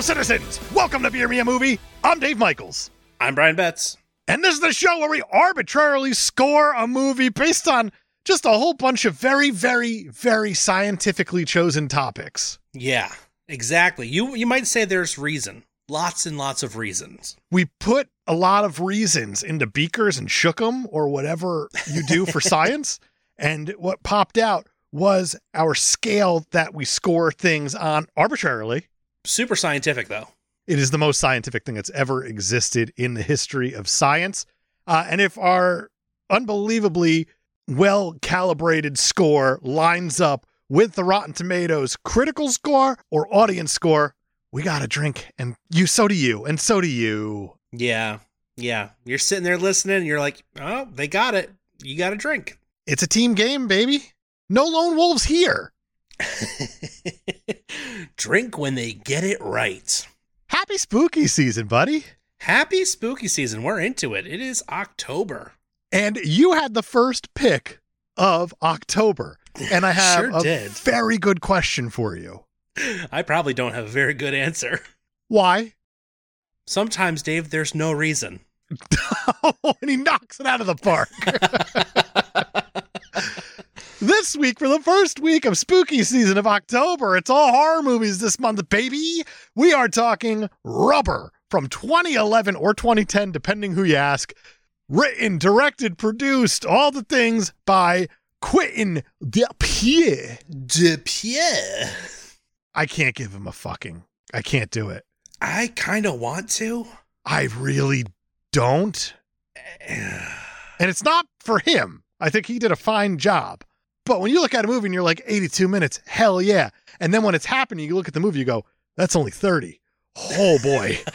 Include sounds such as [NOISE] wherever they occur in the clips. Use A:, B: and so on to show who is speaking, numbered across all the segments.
A: citizens! Welcome to Beer Me a Movie. I'm Dave Michaels.
B: I'm Brian Betts.
A: And this is the show where we arbitrarily score a movie based on just a whole bunch of very, very, very scientifically chosen topics.
B: Yeah, exactly. You you might say there's reason. Lots and lots of reasons.
A: We put a lot of reasons into beakers and shook 'em or whatever you do for science. And what popped out was our scale that we score things on arbitrarily.
B: Super scientific though.
A: It is the most scientific thing that's ever existed in the history of science. Uh, and if our unbelievably well calibrated score lines up with the Rotten Tomatoes critical score or audience score, we got a drink. And you, so do you, and so do you.
B: Yeah. Yeah. You're sitting there listening and you're like, "Oh, they got it. You got a drink." [LAUGHS]
A: It's a team game, baby. No lone wolves here.
B: drink when they get it right.
A: Happy spooky season, buddy.
B: Happy spooky season. We're into it. It is October. [LAUGHS]
A: And you had the first pick of October. And I have
B: [LAUGHS] Sure
A: a
B: did.
A: very good question for you.
B: I probably don't have a very good answer.
A: Why?
B: Sometimes, Dave, there's no reason.
A: [LAUGHS] and he knocks it out of the park. [LAUGHS] this week, for the first week of spooky season of October, it's all horror movies this month, baby. We are talking Rubber from 2011 or 2010, depending who you ask. Written, directed, produced, all the things by Quentin Dupieux.
B: De Pierre.
A: I can't give him a fucking. I can't do it.
B: I kind of want to.
A: I really don't. And it's not for him. I think he did a fine job. But when you look at a movie and you're like 82 minutes, hell yeah. And then when it's happening, you look at the movie, you go, that's only 30. Oh boy.
B: [LAUGHS]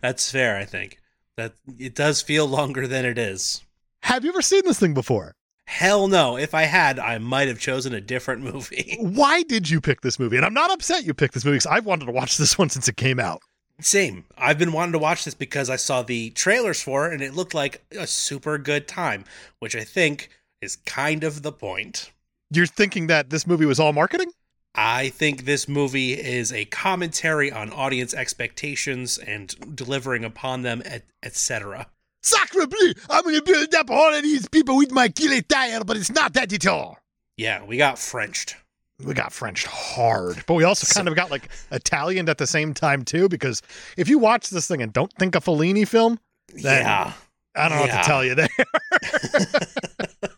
B: That's fair, I think. That it does feel longer than it is.
A: Have you ever seen this thing before?
B: Hell no. If I had, I might have chosen a different movie. [LAUGHS]
A: Why did you pick this movie? And I'm not upset you picked this movie because I've wanted to watch this one since it came out.
B: Same. I've been wanting to watch this because I saw the trailers for it and it looked like a super good time, which I think is kind of the point.
A: You're thinking that this movie was all marketing?
B: I think this movie is a commentary on audience expectations and delivering upon them, et- etc.
A: Sacre bleu! I'm going to build up all of these people with my guillotine, tire, but it's not that at all.
B: yeah, we got Frenched.
A: we got Frenched hard, but we also kind of got like Italian at the same time too. Because if you watch this thing and don't think a Fellini film, Then-
B: yeah.
A: I don't know what
B: Yeah.
A: to tell you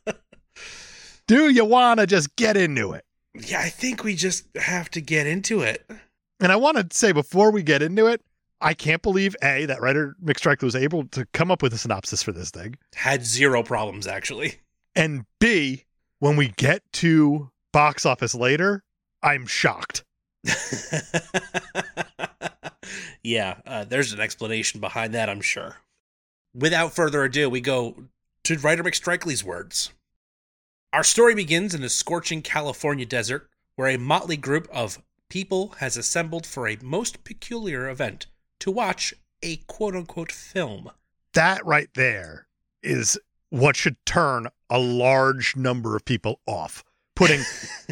A: there. [LAUGHS] Do you want to just get into it?
B: Yeah, I think we just have to get into it.
A: And I want to say before we get into it, I can't believe a that writer Mick Strickler was able to come up with a synopsis for this thing,
B: Had zero problems, actually. [LAUGHS]
A: and b when we get to box office later, I'm shocked.
B: yeah, uh, there's an explanation behind that, I'm sure. Without further ado, we go to writer McStrikely's words. Our story begins in the scorching California desert, where a motley group of people has assembled for a most peculiar event to watch a quote unquote film.
A: that right there is what should turn a large number of people off putting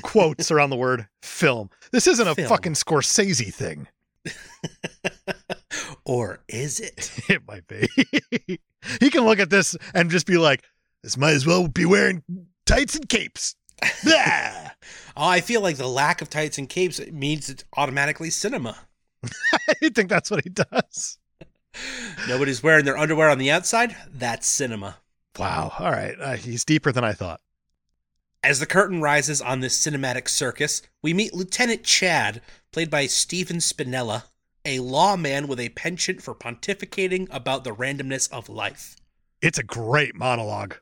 A: quotes around the word film this isn't a
B: Film.
A: fucking scorsese thing
B: or is it?
A: it might be [LAUGHS] he can look at this and just be like this might as well be wearing tights and capes Blah. [LAUGHS]
B: Oh, I feel like the lack of tights and capes means it's automatically cinema.
A: i think that's what he does
B: Nobody's wearing their underwear on the outside. That's cinema.
A: wow all right uh, he's deeper than i thought
B: As the curtain rises on this cinematic circus, we meet Lieutenant Chad, played by Stephen Spinella, a lawman with a penchant for pontificating about the randomness of life.
A: it's a great monologue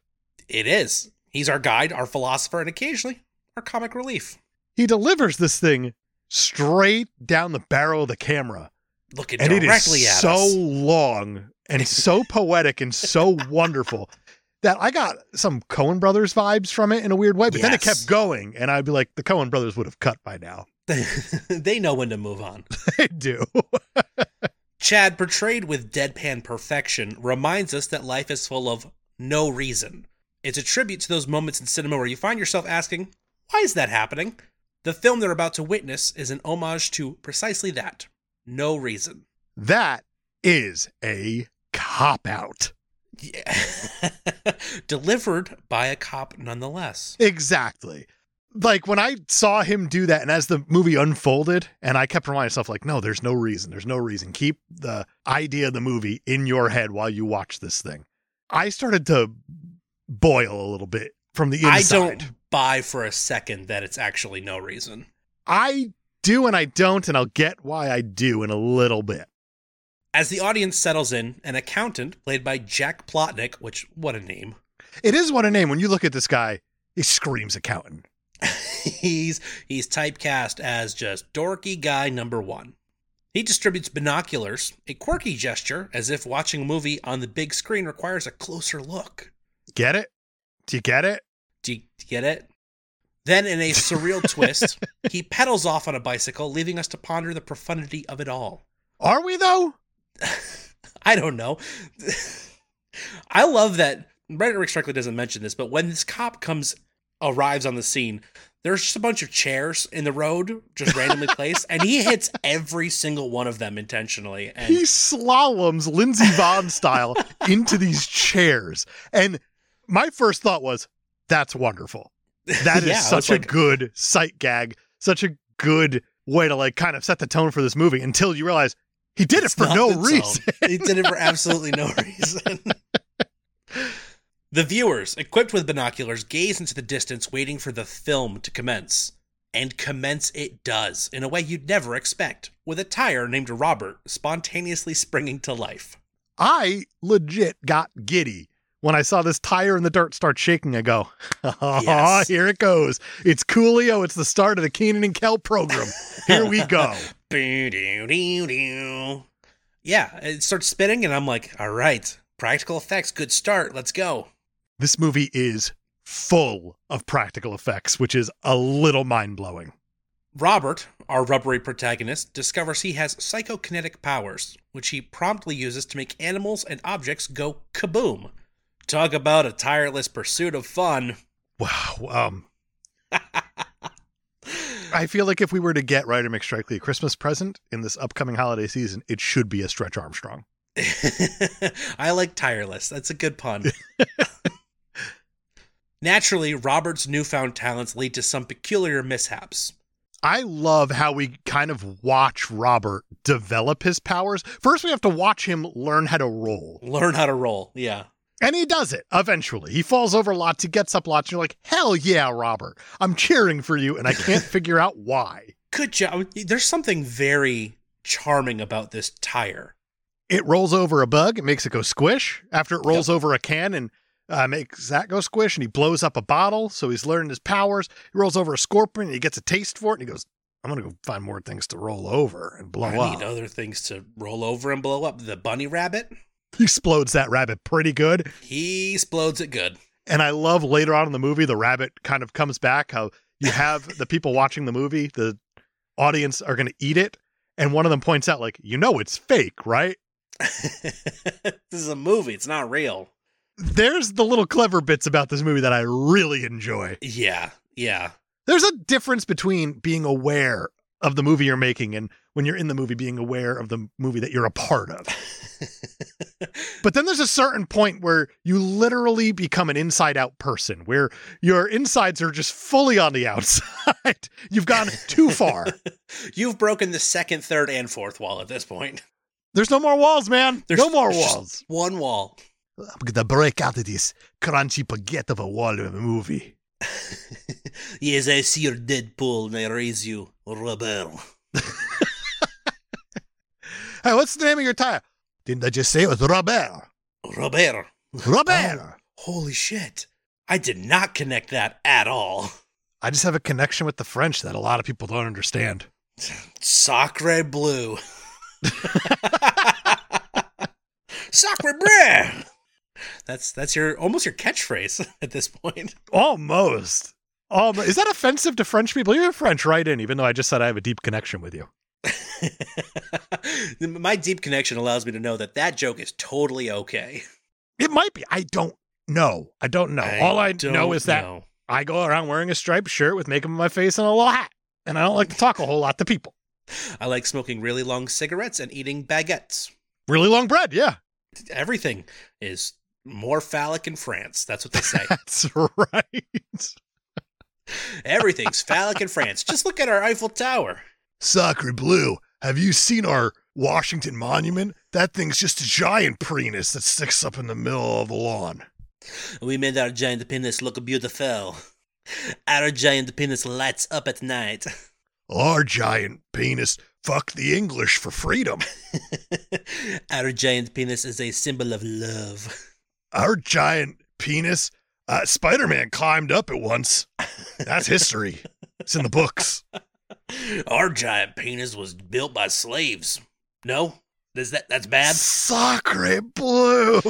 B: It is. He's our guide, our philosopher, and occasionally our comic relief.
A: he delivers this thing straight down the barrel of the camera
B: Looking
A: and it is
B: directly at
A: so
B: us.
A: long and
B: [LAUGHS]
A: so poetic and so wonderful that I got some Cohen Brothers vibes from it in a weird way. But then it
B: Yes.
A: kept going, and I'd be like, the Cohen Brothers would have cut by now. [LAUGHS]
B: [LAUGHS] they know when to move on.
A: They
B: [LAUGHS]
A: do.
B: Chad, portrayed with deadpan perfection, reminds us that life is full of no reason. It's a tribute to those moments in cinema where you find yourself asking, why is that happening? The film they're about to witness is an homage to precisely that no reason.
A: That is a cop out.
B: Yeah. [LAUGHS] Delivered by a cop nonetheless.
A: Exactly. Like when I saw him do that, and as the movie unfolded, and I kept reminding myself, like, no, there's no reason. There's no reason. Keep the idea of the movie in your head while you watch this thing. I started to boil a little bit from the
B: I
A: inside.
B: don't buy for a second that it's actually no reason.
A: I do and I don't, and I'll get why I do in a little bit.
B: As the audience settles in, an accountant played by Jack Plotnick, which, what a name.
A: It is what a name. When you look at this guy, he screams accountant.
B: [LAUGHS] he's he's typecast as just dorky guy number one. He distributes binoculars, a quirky gesture, as if watching a movie on the big screen requires a closer look.
A: Get it? Do you get it?
B: Do you get it? Then, in a surreal twist, he pedals off on a bicycle, leaving us to ponder the profundity of it all.
A: Are we though?
B: I don't know. [LAUGHS] I love that Reddit Rick Strickland doesn't mention this, but when this cop comes arrives on the scene, there's just a bunch of chairs in the road, just randomly placed, and he hits every single one of them intentionally. And
A: He slaloms Lindsey Vaughn
B: [LAUGHS]
A: style into these chairs. And my first thought was, that's wonderful. That is
B: [LAUGHS] Yeah, I was
A: such a
B: like-
A: good sight gag, such a good way to like kind of set the tone for this movie until you realize he did it
B: It's
A: for
B: not
A: no
B: its
A: reason.
B: own. He did [LAUGHS] it for absolutely no reason. the viewers, equipped with binoculars, gaze into the distance, waiting for the film to commence. And commence it does, in a way you'd never expect, with a tire named Robert spontaneously springing to life.
A: I legit got giddy when I saw this tire in the dirt start shaking. I go, [LAUGHS]
B: Yes.
A: here it goes. It's Coolio. It's the start of the Keenan and Kel program. Here we
B: [LAUGHS]
A: go.
B: Boo-doo-doo-doo. Yeah, it starts spinning, and I'm like, all right, practical effects, good start, let's go.
A: this movie is full of practical effects, which is a little mind blowing.
B: Robert, our rubbery protagonist, discovers he has psychokinetic powers, which he promptly uses to make animals and objects go kaboom. Talk about a tireless pursuit of fun. [LAUGHS]
A: Wow. Um, I feel like if we were to get Ryder McStrikely a Christmas present in this upcoming holiday season, it should be a Stretch Armstrong.
B: I like tireless. That's a good pun. Naturally, Robert's newfound talents lead to some peculiar mishaps.
A: I love how we kind of watch Robert develop his powers. First, we have to watch him learn how to roll.
B: Learn how to roll. Yeah.
A: And he does it eventually. He falls over lots, he gets up lots, and you're like, hell yeah, Robert. I'm cheering for you, and I can't figure out why.
B: Good job. There's something very charming about this tire.
A: It rolls over a bug, it makes it go squish. After it rolls over a can and uh, makes that go squish, and he blows up a bottle, so he's learning his powers. He rolls over a scorpion, and he gets a taste for it, and he goes, I'm going to go find more things to roll over and blow
B: I
A: up.
B: need other things to roll over and blow up. The bunny rabbit,
A: He explodes that rabbit pretty good.
B: he explodes it good. [LAUGHS]
A: And I love later on in the movie, the rabbit kind of comes back. How you have the people watching the movie, the audience are going to eat it. And one of them points out, like, you know, it's fake, right?
B: this is a movie. It's not real.
A: There's the little clever bits about this movie that I really enjoy.
B: Yeah. Yeah. [LAUGHS]
A: There's a difference between being aware of the movie you're making and when you're in the movie being aware of the movie that you're a part [LAUGHS] of. But then there's a certain point where you literally become an inside out person where your insides are just fully on the outside. [LAUGHS] You've gone too [LAUGHS] far.
B: [LAUGHS] You've broken the second, third, and fourth wall at this point. [LAUGHS]
A: There's no more walls, man.
B: There's-
A: no more
B: there's just-
A: walls.
B: One wall.
A: I'm gonna break out of this crunchy baguette of a wall of a movie.
B: yes, I see your Deadpool and I raise you, Robert.
A: Hey, what's the name of your tire? Oh. Didn't I just say it was Robert?
B: Robert.
A: Robert.
B: Holy shit. I did not connect that at all.
A: I just have a connection with the French that a lot of people don't understand.
B: Sacre [LAUGHS] bleu. Sacre bleu. That's that's your almost your catchphrase [LAUGHS] at this point.
A: Almost. Um, is that offensive to French people? You're French, right? In even though I just said I have a deep connection with you.
B: [LAUGHS] My deep connection allows me to know that that joke is totally okay.
A: It might be. I don't know. I don't know. All I know
B: don't
A: is that
B: know.
A: I go around wearing a striped shirt with makeup on my face and a little hat. and I don't like to talk a whole lot to people.
B: I like smoking really long cigarettes and eating baguettes.
A: Really long bread, yeah. [LAUGHS]
B: Everything is more phallic in France. That's what
A: [LAUGHS]
B: they say.
A: That's right.
B: Everything's phallic in France. Just look at our Eiffel Tower.
A: Sacre bleu. Have you seen our Washington Monument? That thing's just a giant penis that sticks up in the middle of a lawn.
B: We made our giant penis look beautiful. Our giant penis lights up at night. [LAUGHS]
A: Our giant penis fuck the English for freedom.
B: Our giant penis is a symbol of love.
A: Our giant penis. Uh, Spider Man climbed up it once. That's history. it's in the books.
B: Our giant penis was built by slaves. No? Is that that's
A: [LAUGHS]
B: bad?
A: Sacre bleu.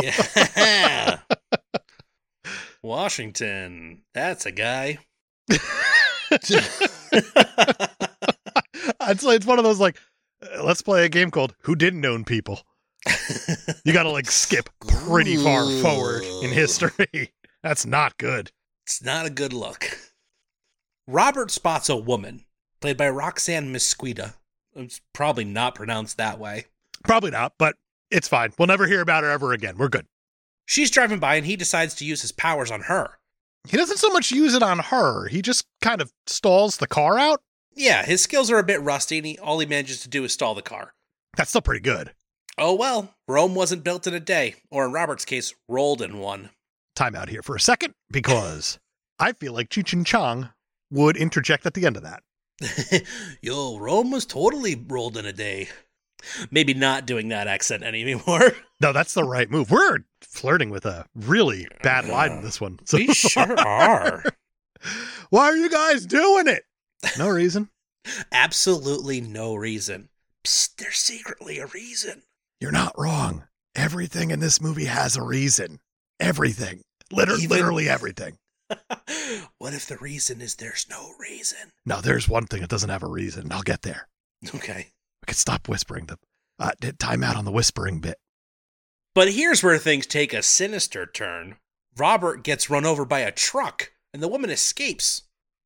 B: Yeah. [LAUGHS] Washington. That's a guy.
A: [LAUGHS]
B: [LAUGHS]
A: I'd say it's one of those like, uh, let's play a game called Who Didn't Own People. You got to like skip pretty far forward in history. [LAUGHS] That's not good.
B: It's not a good look. Robert spots a woman, played by Roxanne Mesquita. It's probably not pronounced that way.
A: Probably not, but it's fine. We'll never hear about her ever again. We're good.
B: She's driving by and he decides to use his powers on her.
A: He doesn't so much use it on her. He just kind of stalls the car out.
B: Yeah, his skills are a bit rusty and he, all he manages to do is stall the car.
A: That's still pretty good.
B: Oh well, Rome wasn't built in a day, or in Robert's case, rolled in one. [LAUGHS]
A: Time out here for a second because I feel like Cheech and Chong would interject at the end of that.
B: Yo, Rome was totally rolled in a day. Maybe not doing that accent anymore. [LAUGHS]
A: No, that's the right move. We're flirting with a really bad line in this one. So
B: we sure are.
A: why are you guys doing it? No reason.
B: Absolutely no reason. Psst, there's secretly a reason. [LAUGHS]
A: You're not wrong. Everything in this movie has a reason. Everything. Liter-
B: Even-
A: literally everything.
B: what if the reason is there's no reason?
A: Now, there's one thing that doesn't have a reason, and I'll get there.
B: Okay.
A: We could stop whispering them. Uh, d- time out on the whispering bit.
B: But here's where things take a sinister turn. Robert gets run over by a truck, and the woman escapes.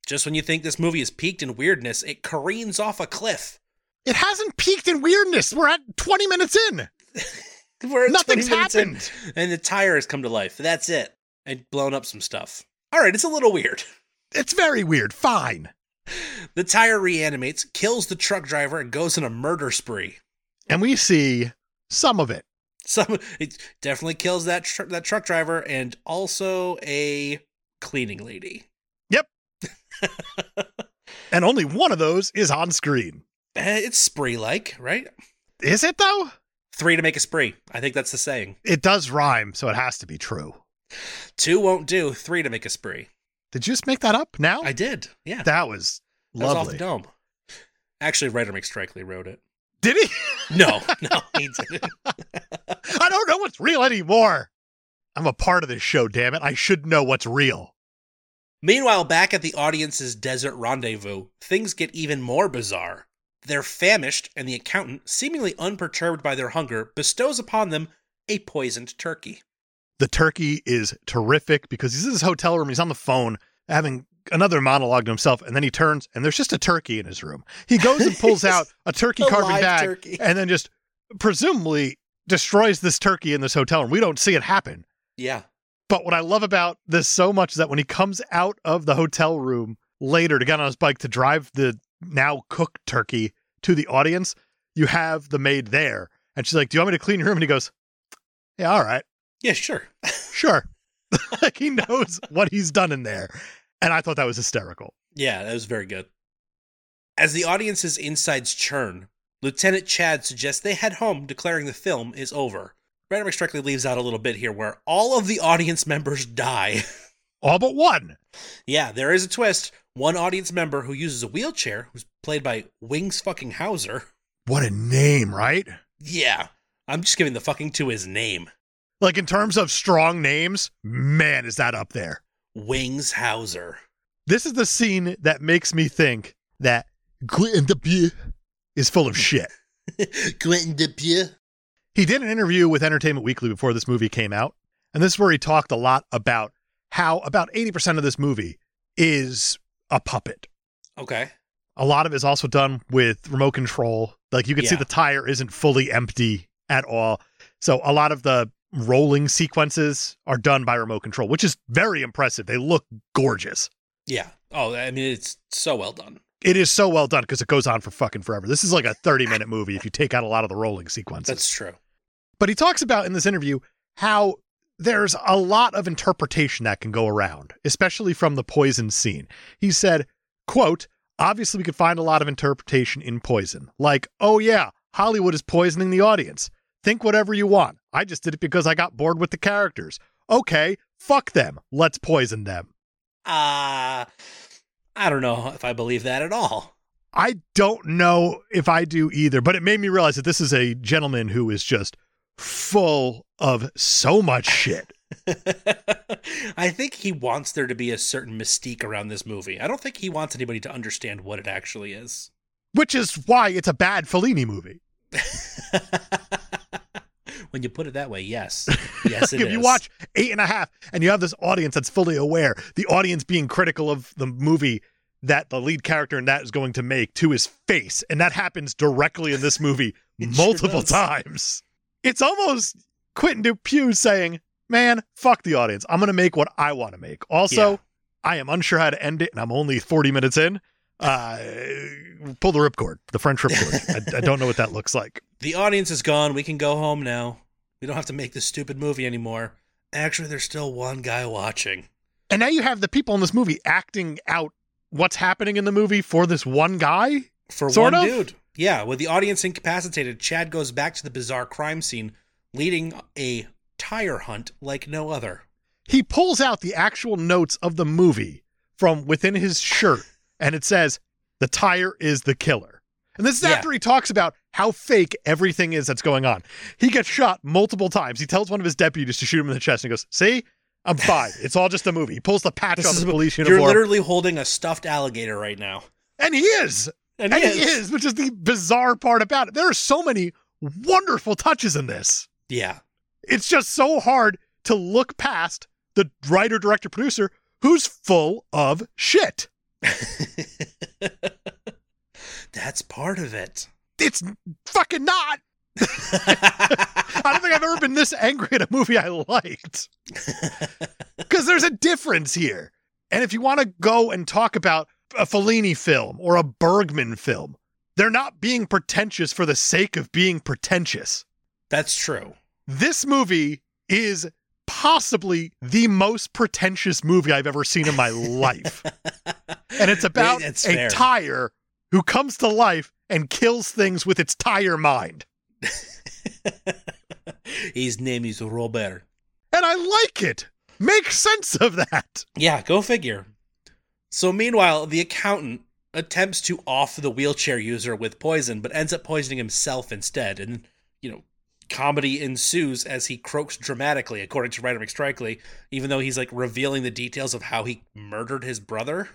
B: Just when you think this movie is peaked in weirdness, it careens off a cliff. [LAUGHS]
A: It hasn't peaked in weirdness. We're at 20 minutes in.
B: We're at
A: Nothing's
B: 20 minutes in,
A: happened.
B: and the tire has come to life. That's it. And blown up some stuff. All right, it's a little weird. [LAUGHS]
A: It's very weird. Fine.
B: The tire reanimates, kills the truck driver, and goes on a murder spree. [LAUGHS]
A: And we see some of it.
B: Some it definitely kills that tr- that truck driver and also a cleaning lady.
A: And only one of those is on screen.
B: Eh, It's spree like, right?
A: Is it, though?
B: Three to make a spree. I think that's the saying.
A: It does rhyme, so it has to be true.
B: Two won't do. Three to make a spree.
A: Did you just make that up now?
B: I did. Yeah, that
A: that was
B: was off
A: Oh.
B: the
A: lovely.
B: dome. Actually, writer McStrikely wrote it.
A: Did he?
B: No,
A: [LAUGHS]
B: no, he didn't.
A: I don't know what's real anymore. I'm a part of this show, damn it. I should know what's real.
B: Meanwhile, back at the audience's desert rendezvous, things get even more bizarre. They're famished, and the accountant, seemingly unperturbed by their hunger, bestows upon them a poisoned turkey.
A: The turkey is terrific because he's in his hotel room. He's on the phone having another monologue to himself. And then he turns and there's just a turkey in his room. He goes and
B: [LAUGHS]
A: pulls out a turkey
B: A
A: carving
B: live
A: bag
B: turkey.
A: and then just presumably destroys this turkey in this hotel room. We don't see it happen.
B: Yeah.
A: But what I love about this so much is that when he comes out of the hotel room later to get on his bike to drive the now cooked turkey to the audience, you have the maid there. And she's like, Do you want me to clean your room? And he goes, Yeah, all right,
B: Yeah, sure.
A: sure. [LAUGHS] like he knows what he's done in there. And I thought that was hysterical.
B: Yeah, that was very good. As the audience's insides churn, Lieutenant Chad suggests they head home, declaring the film is over. Random McStrickley leaves out a little bit here where all of the audience [LAUGHS] members die.
A: All but one.
B: yeah, there is a twist. One audience member who uses a wheelchair, who's played by Wings fucking Hauser.
A: What a name, right?
B: Yeah, I'm just giving the fucking to his name.
A: Like in terms of strong names, man, is that up there.
B: Wings Hauser. [LAUGHS]
A: This is the scene that makes me think that Quentin Dupieux is full of shit.
B: Quentin Depieux.
A: He did an interview with Entertainment Weekly before this movie came out, and this is where he talked a lot about how about 80% of this movie is a puppet.
B: Okay.
A: A lot of it is also done with remote control. Like you can see
B: Yeah.
A: the tire isn't fully empty at all. So a lot of the rolling sequences are done by remote control, which is very impressive. They look gorgeous.
B: Yeah. Oh, I mean, it's so well done.
A: It is so well done because it goes on for fucking forever. This is like a 30 minute movie if you take out a lot of the rolling sequences.
B: That's true.
A: But he talks about in this interview how there's a lot of interpretation that can go around, especially from the poison scene. He said, quote, obviously we could find a lot of interpretation in poison. Like, oh yeah, Hollywood is poisoning the audience. Think whatever you want. I just did it because I got bored with the characters. Okay, fuck them. Let's poison them.
B: Uh, I don't know if I believe that at all. [LAUGHS]
A: I don't know if I do either, but it made me realize that this is a gentleman who is just full of so much shit.
B: I think he wants there to be a certain mystique around this movie. I don't think he wants anybody to understand what it actually is. [LAUGHS]
A: which is why it's a bad Fellini movie.
B: when you put it that way, yes.
A: [LAUGHS]
B: Yes, it is.
A: if you watch eight and a half and you have this audience that's fully aware, the audience being critical of the movie that the lead character in that is going to make to his face, and that happens directly in this movie
B: [LAUGHS] It sure
A: multiple
B: does.
A: times. It's almost Quentin Dupieux saying, "Man, fuck the audience. I'm going to make what I want to make." Also,
B: Yeah.
A: I am unsure how to end it, and I'm only 40 minutes in. Uh, pull the ripcord, the French
B: [LAUGHS]
A: ripcord. I, I don't know what that looks like.
B: The audience is gone. We can go home now. We don't have to make this stupid movie anymore. Actually, there's still one guy watching.
A: And now you have the people in this movie acting out what's happening in the movie for this one guy.
B: For
A: Sort
B: one
A: of.
B: dude. Yeah, with the audience incapacitated, Chad goes back to the bizarre crime scene, leading a tire hunt like no other.
A: He pulls out the actual notes of the movie from within his shirt and it says, The tire is the killer. And this is
B: Yeah.
A: after he talks about how fake everything is that's going on. He gets shot multiple times. He tells one of his deputies to shoot him in the chest and he goes, See, I'm
B: [LAUGHS]
A: fine. It's all just a movie. He pulls the patch
B: This
A: off
B: is
A: his
B: a-
A: police
B: You're
A: uniform.
B: literally holding a stuffed alligator right now.
A: and he is.
B: And,
A: And he is, which is the bizarre part about it. There are so many wonderful touches in this.
B: Yeah. [LAUGHS]
A: it's just so hard to look past the writer, director, producer who's full of shit.
B: That's part of it. [LAUGHS]
A: It's fucking not. I don't think I've ever been this angry at a movie I liked because there's a difference here. And if you want to go and talk about a Fellini film or a Bergman film, they're not being pretentious for the sake of being pretentious.
B: That's true.
A: This movie is possibly the most pretentious movie I've ever seen in my life. and
B: [LAUGHS]
A: it's about
B: That's
A: a
B: fair. [LAUGHS]
A: tire who comes to life and kills things with its tire mind.
B: His name is Robert.
A: And I like it. Make sense of that.
B: Yeah, go figure. So meanwhile, the accountant attempts to off the wheelchair user with poison, but ends up poisoning himself instead. And, you know, comedy ensues as he croaks dramatically, according to writer McStrikely, even though he's like revealing the details of how he murdered his brother.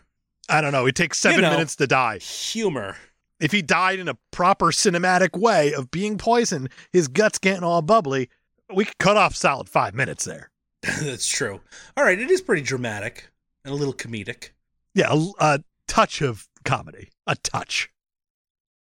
A: I don't know. It takes seven
B: You know.
A: minutes to die.
B: Humor. [LAUGHS]
A: If he died in a proper cinematic way of being poisoned, his guts getting all bubbly, we could cut off solid five minutes there.
B: That's true. All right, it is pretty dramatic and a little comedic.
A: Yeah, a, a touch of comedy. A touch.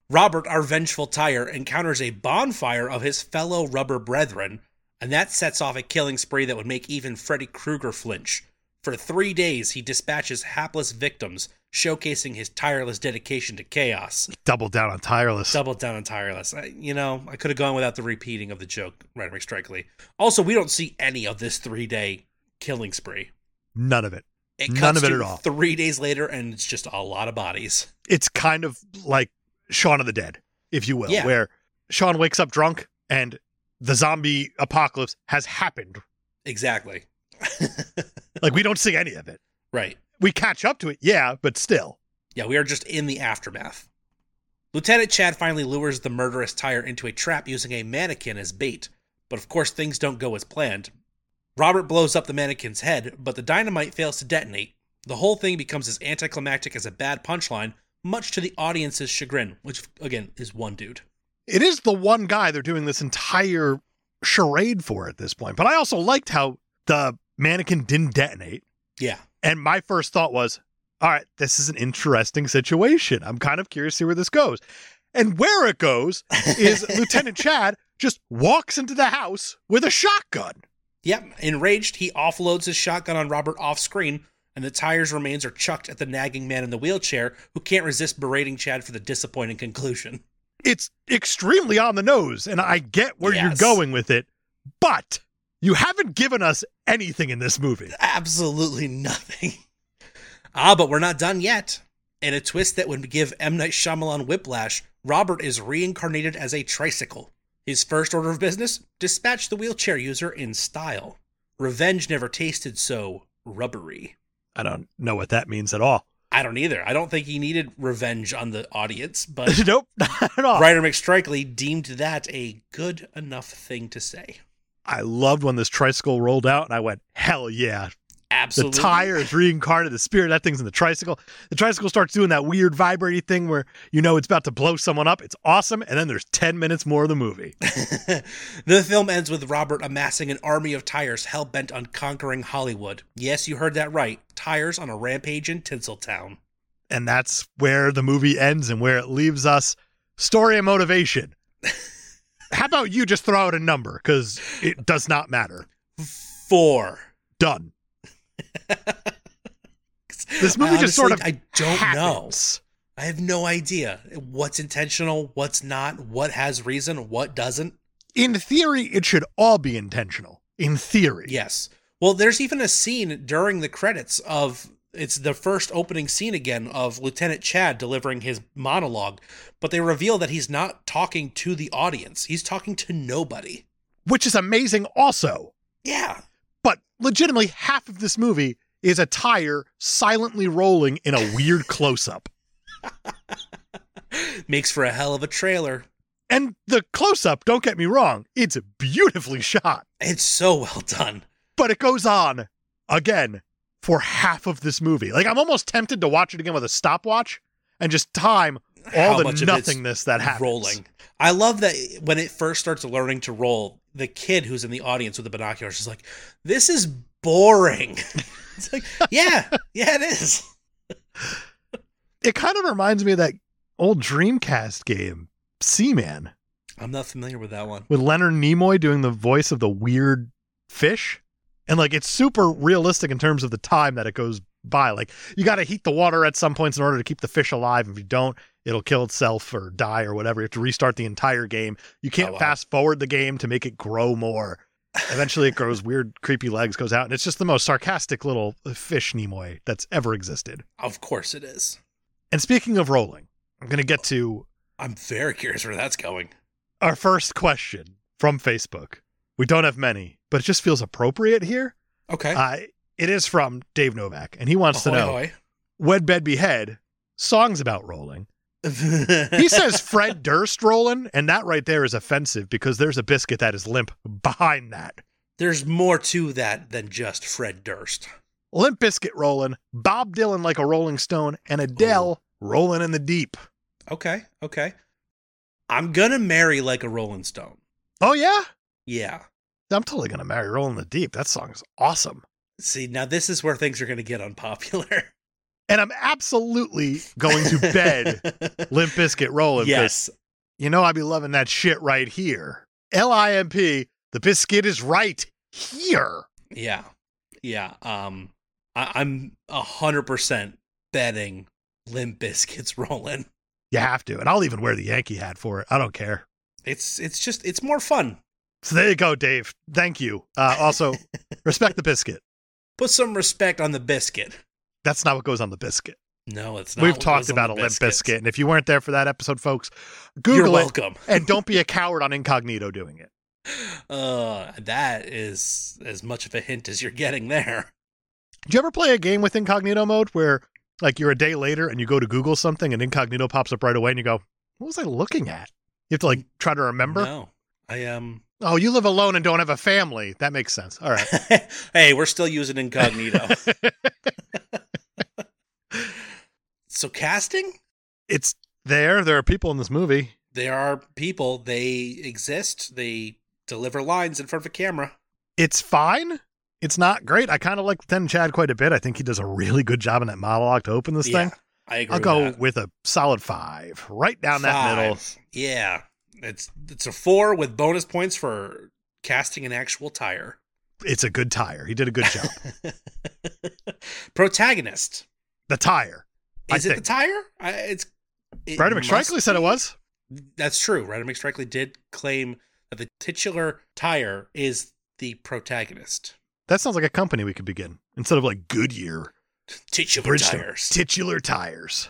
B: Robert, our vengeful tire, encounters a bonfire of his fellow rubber brethren, and that sets off a killing spree that would make even Freddy Krueger flinch. For three days, he dispatches hapless victims, showcasing his tireless dedication to chaos.
A: Double down on tireless.
B: Double down on tireless. I, you know, I could have gone without the repeating of the joke, right, McStrikely. Also, we don't see any of this three day killing spree.
A: None of it.
B: It
A: None
B: cuts
A: of it
B: to
A: at all.
B: Three days later, and it's just a lot of bodies.
A: it's kind of like Shaun of the Dead, if you will,
B: Yeah.
A: where Shaun wakes up drunk and the zombie apocalypse has happened.
B: Exactly.
A: Like we don't see any of it.
B: right.
A: We catch up to it, yeah, but still.
B: Yeah, we are just in the aftermath. Lieutenant Chad finally lures the murderous tire into a trap using a mannequin as bait, but of course things don't go as planned. Robert blows up the mannequin's head, but the dynamite fails to detonate. The whole thing becomes as anticlimactic as a bad punchline, much to the audience's chagrin, which again is one dude.
A: It is the one guy they're doing this entire charade for at this point. But I also liked how the mannequin didn't detonate.
B: Yeah.
A: And my first thought was, all right, this is an interesting situation. I'm kind of curious to see where this goes. And where it goes is Lieutenant Chad just walks into the house with a shotgun.
B: Yep. Enraged, he offloads his shotgun on Robert off screen, and the tire's remains are chucked at the nagging man in the wheelchair, who can't resist berating Chad for the disappointing conclusion.
A: It's extremely on the nose, and I get where
B: Yes.
A: you're going with it, but you haven't given us anything in this movie.
B: Absolutely nothing. Ah, but we're not done yet. In a twist that would give M. Night Shyamalan whiplash, Robert is reincarnated as a tricycle. His first order of business dispatch the wheelchair user in style. Revenge never tasted so rubbery.
A: I don't know what that means at all. [LAUGHS]
B: I don't either. I don't think he needed revenge on the audience, but
A: [LAUGHS] nope, not at all.
B: writer McStrikely deemed that a good enough thing to say.
A: I loved when this tricycle rolled out, and I went, hell yeah. The
B: Absolutely.
A: tire is reincarnated, the spirit, that thing's in the tricycle. The tricycle starts doing that weird vibrating thing where you know it's about to blow someone up. It's awesome. And then there's 10 minutes more of the
B: [LAUGHS]
A: movie.
B: the film ends with Robert amassing an army of tires hell bent on conquering Hollywood. Yes, you heard that right. Tires on a rampage in Tinseltown.
A: And that's where the movie ends and where it leaves us. Story and motivation.
B: [LAUGHS]
A: How about you just throw out a number? Because it does not matter.
B: Four. [LAUGHS]
A: Done. This movie
B: I
A: just sort of
B: honestly- I don't know.
A: Happens.
B: I have no idea what's intentional, what's not, what has reason, what doesn't.
A: In theory, it should all be intentional. In theory.
B: Yes. Well, there's even a scene during the credits of it's the first opening scene again of Lieutenant Chad delivering his monologue, but they reveal that he's not talking to the audience. He's talking to nobody.
A: Which is amazing also.
B: Yeah.
A: But legitimately, half of this movie is a tire silently rolling in a weird close up.
B: Makes for a hell of a trailer.
A: And the close up, don't get me wrong, it's beautifully shot,
B: It's so well done.
A: but it goes on again for half of this movie. Like, I'm almost tempted to watch it again with a stopwatch and just time all
B: How much
A: the
B: of it's
A: nothingness that happens.
B: Rolling. I love that when it first starts learning to roll, the kid who's in the audience with the binoculars is like, This is boring. [LAUGHS] it's like, Yeah, yeah, it is.
A: It kind of reminds me of that old Dreamcast game, Seaman,
B: I'm not familiar with that one.
A: with Leonard Nimoy doing the voice of the weird fish. And like it's super realistic in terms of the time that it goes by. Like you got to heat the water at some points in order to keep the fish alive. If you don't, it'll kill itself or die or whatever. You have to restart the entire game. You can't
B: Oh, wow.
A: fast forward the game to make it grow more.
B: [LAUGHS]
A: Eventually, it grows weird, creepy legs, goes out, and it's just the most sarcastic little fish Nimoy that's ever existed.
B: Of course it is.
A: And speaking of rolling, I'm going to get to
B: I'm very curious where that's going.
A: our first question from Facebook. We don't have many, but it just feels appropriate here.
B: Okay. Oh,
A: Uh, it is from Dave Novak, and he wants to
B: Ahoy,
A: know
B: ahoy.
A: Wed Bed Behead, songs about rolling.
B: [LAUGHS]
A: He says Fred Durst rolling, and that right there is offensive because there's a biscuit that is limp behind that.
B: There's more to that than just Fred Durst.
A: Limp Biscuit rolling, Bob Dylan like a Rolling Stone, and Adele rolling in the deep.
B: Okay. Okay. I'm going to marry like a Rolling Stone.
A: Oh, yeah?
B: Yeah.
A: I'm totally going to marry Rolling in the Deep. That song is awesome.
B: See, now this is where things are going to get unpopular.
A: And I'm absolutely going
B: [LAUGHS]
A: to bed Limp Biscuit rolling. 'cause
B: yes.
A: You know, I be loving that shit right here. L I M P, the biscuit is right here.
B: Yeah. Yeah. Um, I- I'm a hundred percent betting Limp Biscuits [LAUGHS] rolling.
A: You have to. And I'll even wear the Yankee hat for it. I don't care.
B: It's it's just it's more fun.
A: So there you go, Dave. Thank you. Uh,
B: [LAUGHS]
A: also, respect the biscuit.
B: Put some respect on the biscuit.
A: That's not what goes on the biscuit.
B: No, it's not.
A: We've
B: what
A: talked
B: goes on
A: about a
B: the
A: limp biscuit.
B: biscuits.
A: And if you weren't there for that episode, folks,
B: You're
A: Google it
B: welcome. [LAUGHS]
A: and don't be a coward on incognito doing it.
B: Uh, that is as much of a hint as you're getting there.
A: Do you ever play a game with incognito mode where like you're a day later and you go to Google something and incognito pops up right away and you go, What was I looking at? You have to like try to remember.
B: No, I um.
A: Oh, you live alone and don't have a family. That makes sense. All right.
B: [LAUGHS] hey, we're still using incognito. so casting,
A: [LAUGHS] It's there. There are people in this movie.
B: there are people. They exist. They deliver lines in front of a camera.
A: It's fine. It's not great. I kind of like Lieutenant Chad quite a bit. I think he does a really good job in that monologue to open this
B: yeah,
A: thing.
B: I agree.
A: I'll go
B: with, that.
A: with a solid five, right down that middle.
B: Five. Yeah, it's it's a four with bonus points for casting an
A: [LAUGHS]
B: actual tire.
A: It's a good tire. He did a good job.
B: Protagonist
A: the tire. I
B: is it the
A: think.
B: tire? I, it's it
A: Brandon
B: must
A: McStrikely said it was.
B: That's true. Ryder McStrikely did claim that the titular tire is the protagonist.
A: That sounds like a company we could begin instead of like Goodyear.
B: Titular
A: Bridgestone.
B: tires. [LAUGHS]
A: Titular tires.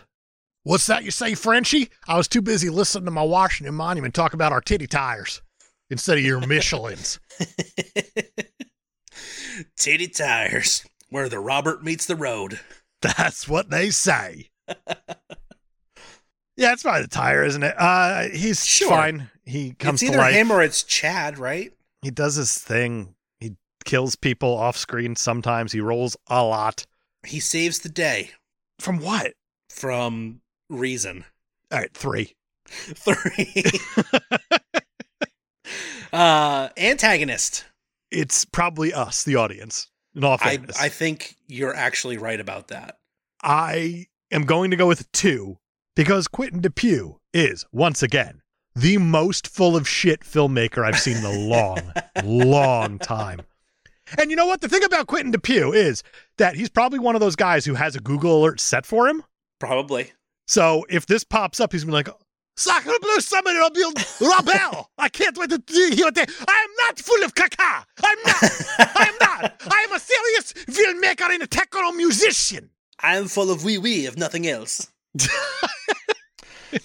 A: What's that you say, Frenchie? I was too busy listening to my Washington Monument talk about our titty tires instead of
B: [LAUGHS]
A: your Michelins.
B: Titty tires, where the Robert meets the road.
A: That's what they
B: [LAUGHS]
A: say. yeah, it's probably the tire, isn't it? Uh, he's
B: Sure.
A: fine. He comes
B: it's
A: to
B: either
A: life.
B: him or it's Chad, right?
A: he does his thing. He kills people off screen sometimes. He rolls a lot.
B: He saves the day
A: From what?
B: from reason. [LAUGHS]
A: All right, three. [LAUGHS]
B: Three. uh, antagonist.
A: It's probably us, the audience. In all
B: I,
A: fairness,
B: I think you're actually right about that.
A: I am going to go with two because Quentin Depew is, once again, the most full of shit filmmaker I've seen in a long, long time. And you know what? The thing about Quentin Depew is that he's probably one of those guys who has a Google alert set for him. [LAUGHS]
B: Probably.
A: So if this pops up, he's gonna be like, Sacre bleu, somebody will build Rabel. I can't wait to hear what they. I am not full of caca. I'm not. I'm not. I am a serious filmmaker and a techno musician.
B: I'm full of wee wee, if nothing [LAUGHS] else.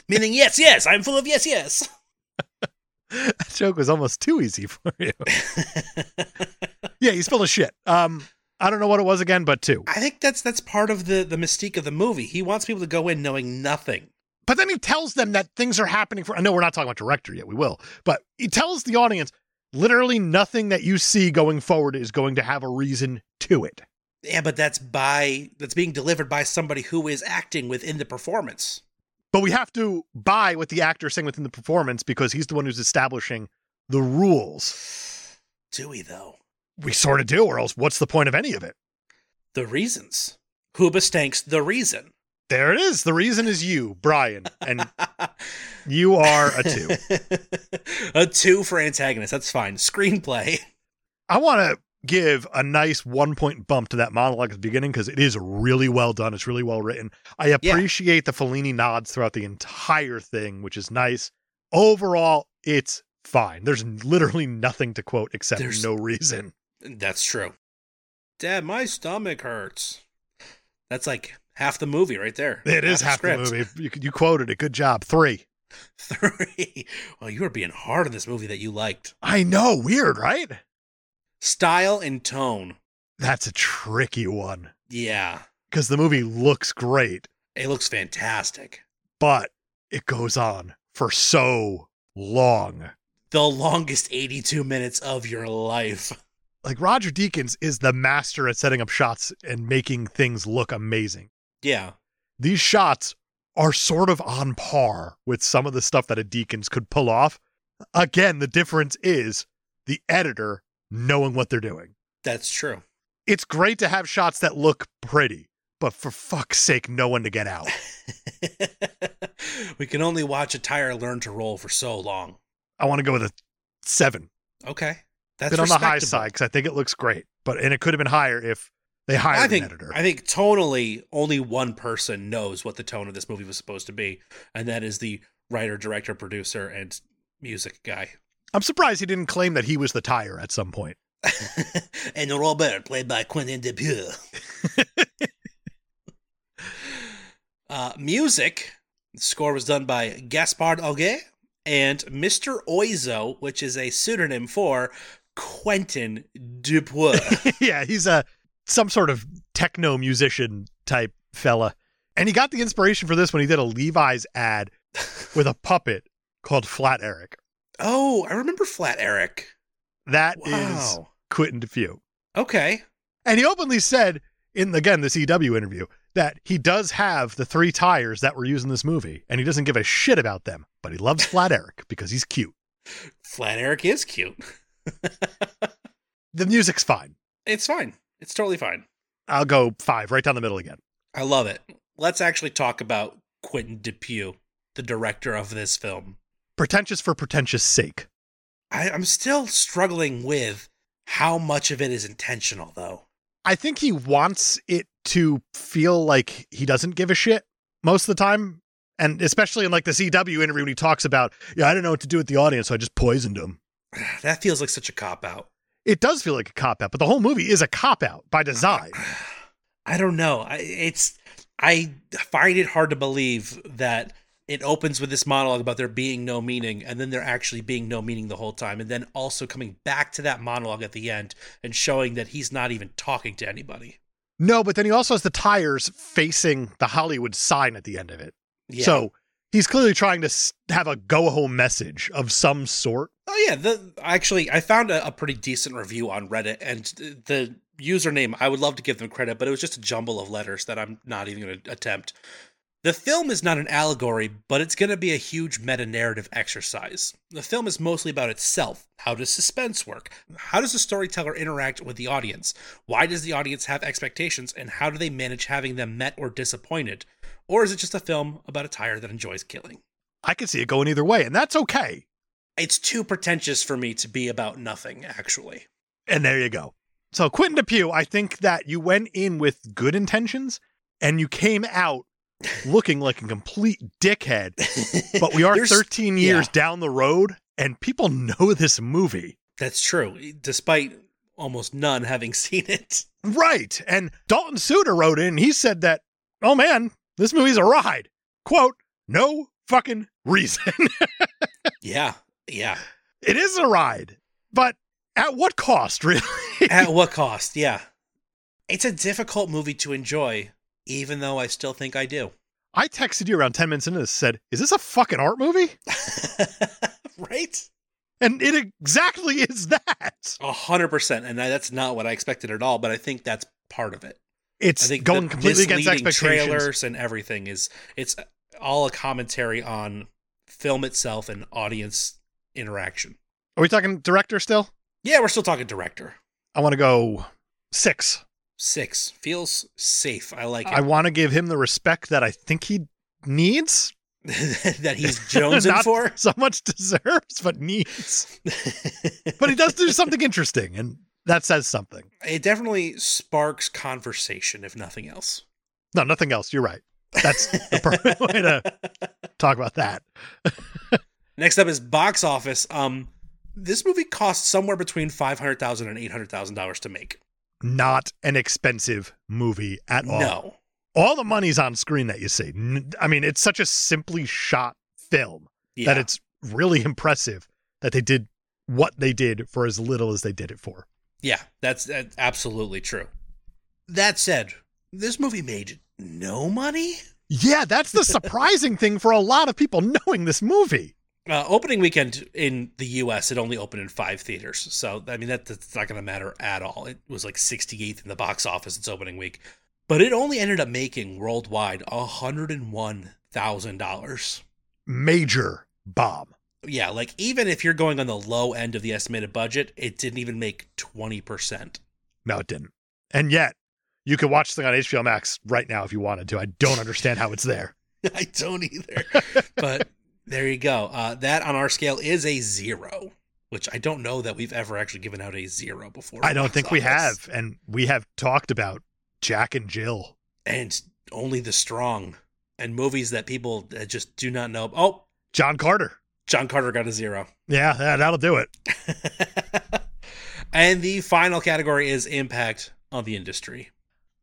B: Meaning, yes, yes, I'm full of yes, yes.
A: That joke was almost too easy for you. Yeah, he's full of shit. Um, I don't know what it was again, but two.
B: I think that's that's part of the the mystique of the movie. He wants people to go in knowing nothing.
A: But then he tells them that things are happening for. I know we're not talking about director yet. We will, but he tells the audience literally nothing that you see going forward is going to have a reason to it.
B: Yeah, but that's by that's being delivered by somebody who is acting within the performance.
A: But we have to buy what the actor is saying within the performance because he's the one who's establishing the rules.
B: Do we though?
A: We sort of do, or else what's the point of any of it?
B: The reasons. Huba stanks the reason. [LAUGHS]
A: There it is. The reason is you, Brian, and you are a two.
B: [LAUGHS] a two for antagonist. That's fine. Screenplay.
A: I want to give a nice one point bump to that monologue at the beginning because it is really well done. It's really well written. I
B: Yeah.
A: appreciate the Fellini nods throughout the entire thing, which is nice. Overall, it's fine. There's literally nothing to quote except
B: There's-
A: no reason.
B: That's true. Dad, my stomach hurts. That's like half the movie right there.
A: It is half the
B: script.
A: movie. You, you quoted it. Good job. Three.
B: [LAUGHS] Three. Well, you were being hard on this movie that you liked.
A: I know. Weird, right?
B: Style and tone.
A: That's a tricky one
B: Yeah.
A: because the movie looks great,
B: It looks fantastic.
A: but it goes on for so long.
B: The longest 82 minutes of your life.
A: like Roger Deakins is the master at setting up shots and making things look amazing.
B: Yeah.
A: These shots are sort of on par with some of the stuff that a Deakins could pull off. Again, the difference is the editor knowing what they're doing.
B: That's true. [LAUGHS]
A: It's great to have shots that look pretty, but for fuck's sake, know when to get
B: [LAUGHS]
A: out.
B: we can only watch a tire learn to roll for so long.
A: I want to go with a seven.
B: Okay. That's
A: been on the high
B: respectable.
A: side because I think it looks great, but and it could have been higher if they hired
B: I think
A: an editor.
B: I think tonally only one person knows what the tone of this movie was supposed to be, and that is the writer, director, producer, and music guy.
A: I'm surprised he didn't claim that he was the tire at some point.
B: [LAUGHS] and Robert, played by Quentin Depew. [LAUGHS] uh, music the score was done by Gaspard Auger and Mr. Oizo, which is a pseudonym for Quentin Dupuy. [LAUGHS]
A: [LAUGHS] yeah, he's a some sort of techno musician type fella. And he got the inspiration for this when he did a Levi's ad with a puppet called Flat Eric.
B: oh, I remember Flat Eric.
A: That is
B: Wow.
A: Quentin Depew.
B: Okay.
A: And he openly said in again the CW interview that he does have the three tires that were used in this movie, and he doesn't give a shit about them, but he loves Flat Eric because he's cute.
B: Flat Eric is cute.
A: The music's fine.
B: It's fine. It's totally fine.
A: I'll go five, right down the middle again.
B: I love it. Let's actually talk about Quentin Depew, the director of this film.
A: Pretentious for pretentious sake.
B: I, I'm still struggling with how much of it is intentional, though. [SIGHS]
A: I think he wants it to feel like he doesn't give a shit most of the time. And especially in like the CW interview when he talks about, yeah, I didn't know what to do with the audience, so I just poisoned him.
B: That feels like such a cop out.
A: It does feel like a cop out, but the whole movie is a cop out by design.
B: I don't know. I, it's I find it hard to believe that it opens with this monologue about there being no meaning, and then there actually being no meaning the whole time, and then also coming back to that monologue at the end and showing that he's not even talking to anybody.
A: No, but then he also has the tires facing the Hollywood sign at the end of it. So he's clearly trying to s- have a go home message of some sort.
B: Oh yeah, the actually I found a, a pretty decent review on Reddit, and the username I would love to give them credit, but it was just a jumble of letters that I'm not even going to attempt. The film is not an allegory, but it's going to be a huge meta narrative exercise. The film is mostly about itself. How does suspense work? How does the storyteller interact with the audience? Why does the audience have expectations, and how do they manage having them met or disappointed? Or is it just a film about a tire that enjoys killing?
A: I could see it going either way, and that's okay.
B: It's too pretentious for me to be about nothing, actually.
A: And there you go. So, Quentin Depew, I think that you went in with good intentions and you came
B: [LAUGHS]
A: out looking like a complete dickhead.
B: [LAUGHS]
A: But we are
B: There's-
A: 13 years
B: yeah.
A: down the road, and people know this movie.
B: That's true, e, despite almost none having [LAUGHS] seen it.
A: Right. And Dalton Suter wrote in, he said that, oh man, this movie's a ride. Quote, no fucking reason. [LAUGHS]
B: Yeah, [LAUGHS] yeah.
A: it is a ride, but at what cost, [LAUGHS] really?
B: At what cost? Yeah. It's a difficult movie to enjoy, even though I still think I do.
A: I texted you around 10 minutes into this, said, is this a fucking art movie?
B: [LAUGHS] right?
A: And it exactly is that.
B: A hundred percent. And I- that's not what I expected at all, but I think that's part of it. I
A: It's
B: think
A: going
B: the
A: completely against
B: misleading
A: expectations.
B: Trailers and everything is it's all a commentary on film itself and audience interaction.
A: Are we talking director still?
B: Yeah, we're still talking director.
A: I want to go six.
B: Six feels safe. I like it.
A: I want to give him the respect that I think he needs. [LAUGHS]
B: [LAUGHS] that he's jonesing
A: Not
B: for. [LAUGHS]
A: so much deserves, but needs. But he does do
B: [LAUGHS]
A: something interesting, and that says something.
B: it definitely sparks conversation, if nothing else.
A: No, nothing else. You're right. That's
B: [LAUGHS]
A: the perfect [LAUGHS] way to talk about that.
B: Next up is box office. Um, this movie cost somewhere between five hundred thousand and eight hundred thousand dollars to make.
A: Not an expensive movie at all.
B: No,
A: All the money's on screen that you see. N- I mean, it's such a simply shot film.
B: yeah,
A: that it's really impressive that they did what they did for as little as they did it for.
B: yeah, that's, that's absolutely true. That said, this movie made no money.
A: Yeah, that's [LAUGHS] the surprising thing for a lot of people knowing this movie.
B: Uh, opening weekend in the U.S. it only opened in five theaters, so I mean that, that's not going to matter at all. It was like 68th in the box office its opening week, but it only ended up making worldwide 101 thousand dollars.
A: Major bomb.
B: yeah, like even if you're going on the low end of the estimated budget, it didn't even make 20%.
A: No, it didn't. And yet, you could watch the thing on HBO Max right now if you wanted to. I don't understand how it's there.
B: [LAUGHS] I don't either. but there you go. Uh, that on our scale is a zero, which I don't know that we've ever actually given out a zero before.
A: I don't think we
B: Box office.
A: have. And we have talked about Jack and Jill.
B: And only the strong and movies that people uh, just do not know. Oh,
A: John Carter.
B: John Carter got a zero. [LAUGHS]
A: Yeah, yeah, that'll do it.
B: and the final category is impact on the industry.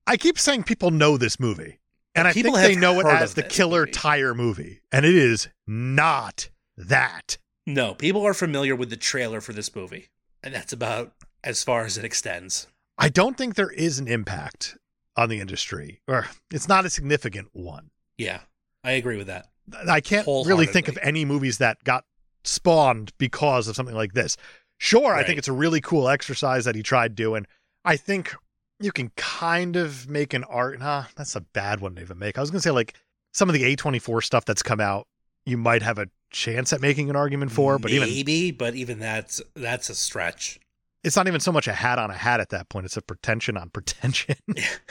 A: I keep saying people know this movie, and I
B: People
A: think they
B: have
A: know it
B: heard
A: as
B: of
A: the
B: this
A: Killer
B: movie.
A: Tire movie, and it is not that.
B: No, people are familiar with the trailer for this movie, and that's about as far as it extends.
A: I don't think there is an impact on the industry, or it's not a significant one.
B: Yeah, I agree with that.
A: I can't really think of
B: Wholeheartedly.
A: any movies that got spawned because of something like this. Sure, I
B: Right.
A: think it's a really cool exercise that he tried doing. I think you can kind of make an art. Nah, that's a bad one to even make. I was going to say, like, some of the A24 stuff that's come out, you might have a chance at making an argument for, but even
B: maybe, but even that's that's a stretch.
A: It's not even so much a hat on a hat at that point. It's a pretension on [LAUGHS] pretension.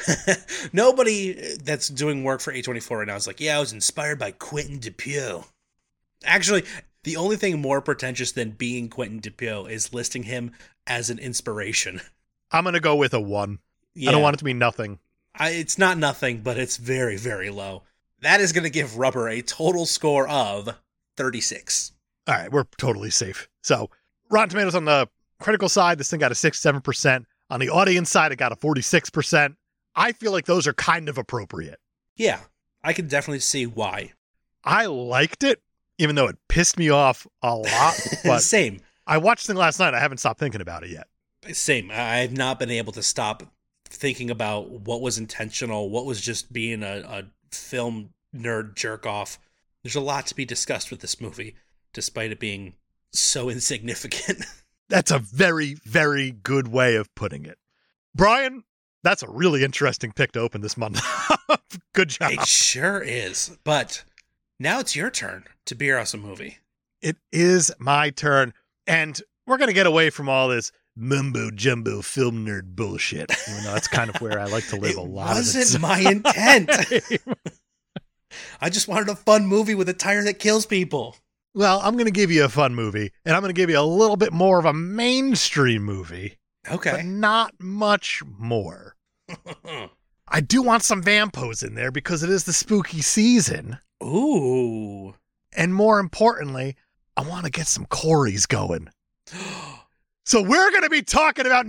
B: [LAUGHS] Nobody uh, that's doing work for A24 right now is like, yeah, I was inspired by Quentin Depew. Actually, the only thing more pretentious than being Quentin Depew is listing him as an inspiration.
A: I'm going to go with a one.
B: Yeah,
A: I don't want it to be nothing.
B: I, it's not nothing, but it's very, very low. That is going to give Rubber a total score of 36.
A: All right, we're totally safe. So, Rotten Tomatoes on the critical side, this thing got a 67%. On the audience side, it got a 46%. I feel like those are kind of appropriate.
B: Yeah, I can definitely see why.
A: I liked it, even though it pissed me off a
B: [LAUGHS]
A: lot. But
B: same,
A: I watched the thing last night. I haven't stopped thinking about it yet.
B: same. I- I've not been able to stop thinking about what was intentional, what was just being a, a film nerd jerk off. There's a lot to be discussed with this movie, despite it being so [LAUGHS] insignificant.
A: That's a very, very good way of putting it. Brian, that's a really interesting pick to open this month. [LAUGHS] good job. [LAUGHS]
B: it sure is. But now it's your turn to beer us a movie.
A: It is my turn, and we're going to get away from all this mumbo jumbo film nerd bullshit. Even though that's kind of where I like to live
B: [LAUGHS] it
A: a lot
B: wasn't
A: of
B: my
A: [LAUGHS]
B: intent.
A: it. So-
B: [LAUGHS] I just wanted a fun movie with a tire that kills people.
A: well, I'm going to give you a fun movie, and I'm going to give you a little bit more of a mainstream movie, but
B: Okay.
A: not much more. I do want some vampos in there because it is the spooky season,
B: [LAUGHS]
A: [GASPS]
B: Ooh. [GASPS]
A: and more importantly, I want to get some Corys going. So we're going to be talking about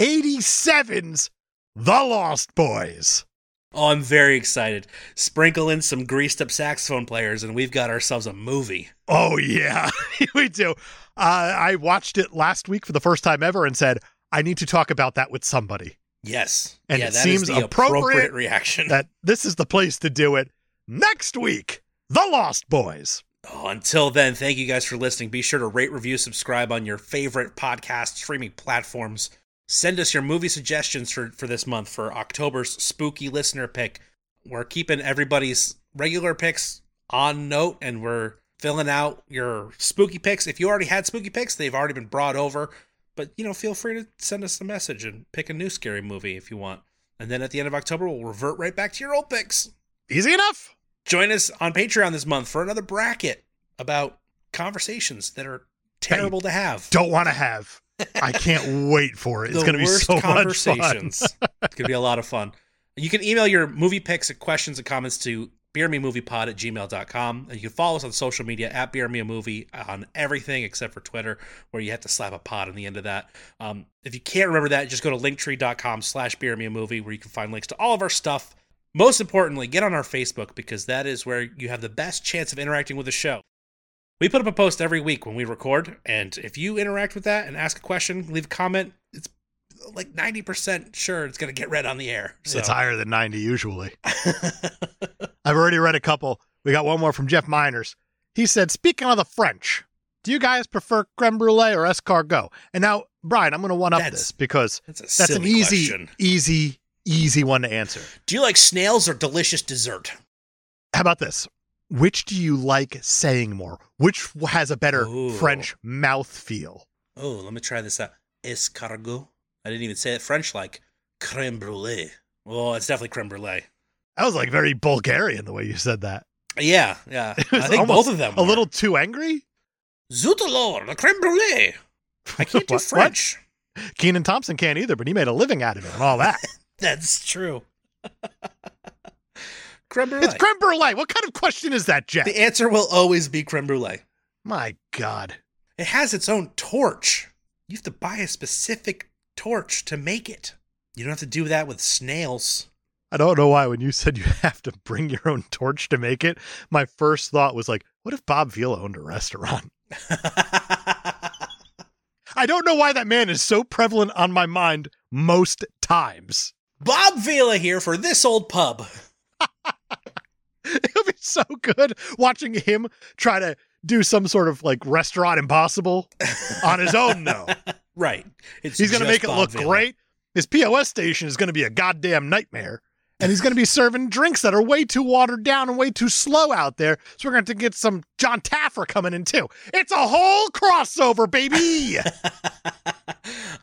A: 1987's The Lost Boys.
B: Oh, I'm very excited. Sprinkle in some greased up saxophone players, and we've got ourselves a movie.
A: Oh, yeah, [LAUGHS] we do. Uh, I watched it last week for the first time ever and said, I need to talk about that with somebody.
B: Yes.
A: And
B: yeah,
A: it
B: that is
A: seems
B: the
A: appropriate
B: reaction.
A: That this is the place to do it. Next week, The Lost Boys.
B: Oh, until then, thank you guys for listening. Be sure to rate, review, subscribe on your favorite podcast streaming platforms. Send us your movie suggestions for, for this month for October's spooky listener pick. We're keeping everybody's regular picks on note and we're filling out your spooky picks. If you already had spooky picks, they've already been brought over. But, you know, feel free to send us a message and pick a new scary movie if you want. And then at the end of October, we'll revert right back to your old picks
A: Easy enough.
B: join us on Patreon this month for another bracket about conversations that are terrible to have.
A: Don't want to have. I can't wait for it. It's
B: The
A: going to be
B: worst
A: so much fun.
B: conversations. it's going to be a lot of fun. You can email your movie picks and questions and comments to beermemoviepod at gmail.com. And you can follow us on social media at beermeamovie on everything except for Twitter, where you have to slap a pod on the end of that. Um, if you can't remember that, just go to linktree.com slash beermeamovie, where you can find links to all of our stuff. Most importantly, get on our Facebook because that is where you have the best chance of interacting with the show. We put up a post every week when we record, and if you interact with that and ask a question, leave a comment, it's like 90% sure it's going to get read on the air. So
A: It's higher than 90
B: [LAUGHS]
A: usually. I've already read a couple. We got one more from Jeff Miners. He said, Speaking of the French, do you guys prefer creme brulee or escargot? And now, Brian, I'm going to one up
B: That's-
A: this because
B: that's a
A: that's an
B: silly
A: easy,
B: question.
A: easy, easy one to answer.
B: Do you like snails or delicious dessert?
A: How about this? Which do you like saying more? Which has a better
B: Ooh.
A: French mouth feel?
B: Oh, let me try this out. Escargot. I didn't even say it French like creme brulee. Oh, it's definitely creme brulee.
A: That was like very Bulgarian the way you said that. [LAUGHS]
B: Yeah, yeah. I
A: was
B: think
A: almost
B: both of them.
A: A
B: were.
A: little too angry?
B: Zut alors, the creme brulee. I can't
A: [LAUGHS]
B: do
A: What?
B: French.
A: What? Keenan Thompson can't either, but he made a living out of it and all that.
B: That's true. [LAUGHS] creme brulee.
A: it's creme brulee. What kind of question is that, Jeff?
B: the answer will always be creme brulee.
A: My God.
B: It has its own torch. You have to buy a specific torch to make it. You don't have to do that with snails. [LAUGHS]
A: I don't know why when you said you [LAUGHS] have to bring your own torch to make it, my first thought was like, what if Bob Vila owned a restaurant? [LAUGHS] I don't know why that man is so prevalent on my mind most times. [LAUGHS]
B: Bob Vila here for this old pub.
A: It'll be so good watching him try to do some sort of like restaurant impossible on his own though.
B: Right. It's
A: He's going to
B: just
A: make it
B: Bob
A: look
B: Vila. [LAUGHS]
A: great. His POS station is going to be a goddamn nightmare. And he's going to be serving drinks that are way too watered down and way too slow out there. So we're going to get some John Taffer coming in too. It's a whole crossover, baby.
B: 100%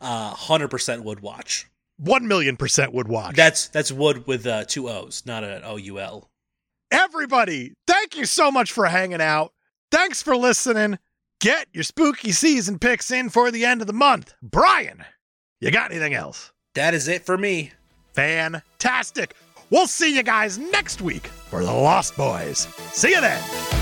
B: Uh, would watch.
A: One million percent would watch.
B: That's that's wood with uh, two O's, not an O U L.
A: Everybody, thank you so much for hanging out. Thanks for listening. Get your spooky season picks in for the end of the month. Brian, you got anything else?
B: That is it for me.
A: Fantastic. We'll see you guys next week for the Lost Boys. See you then.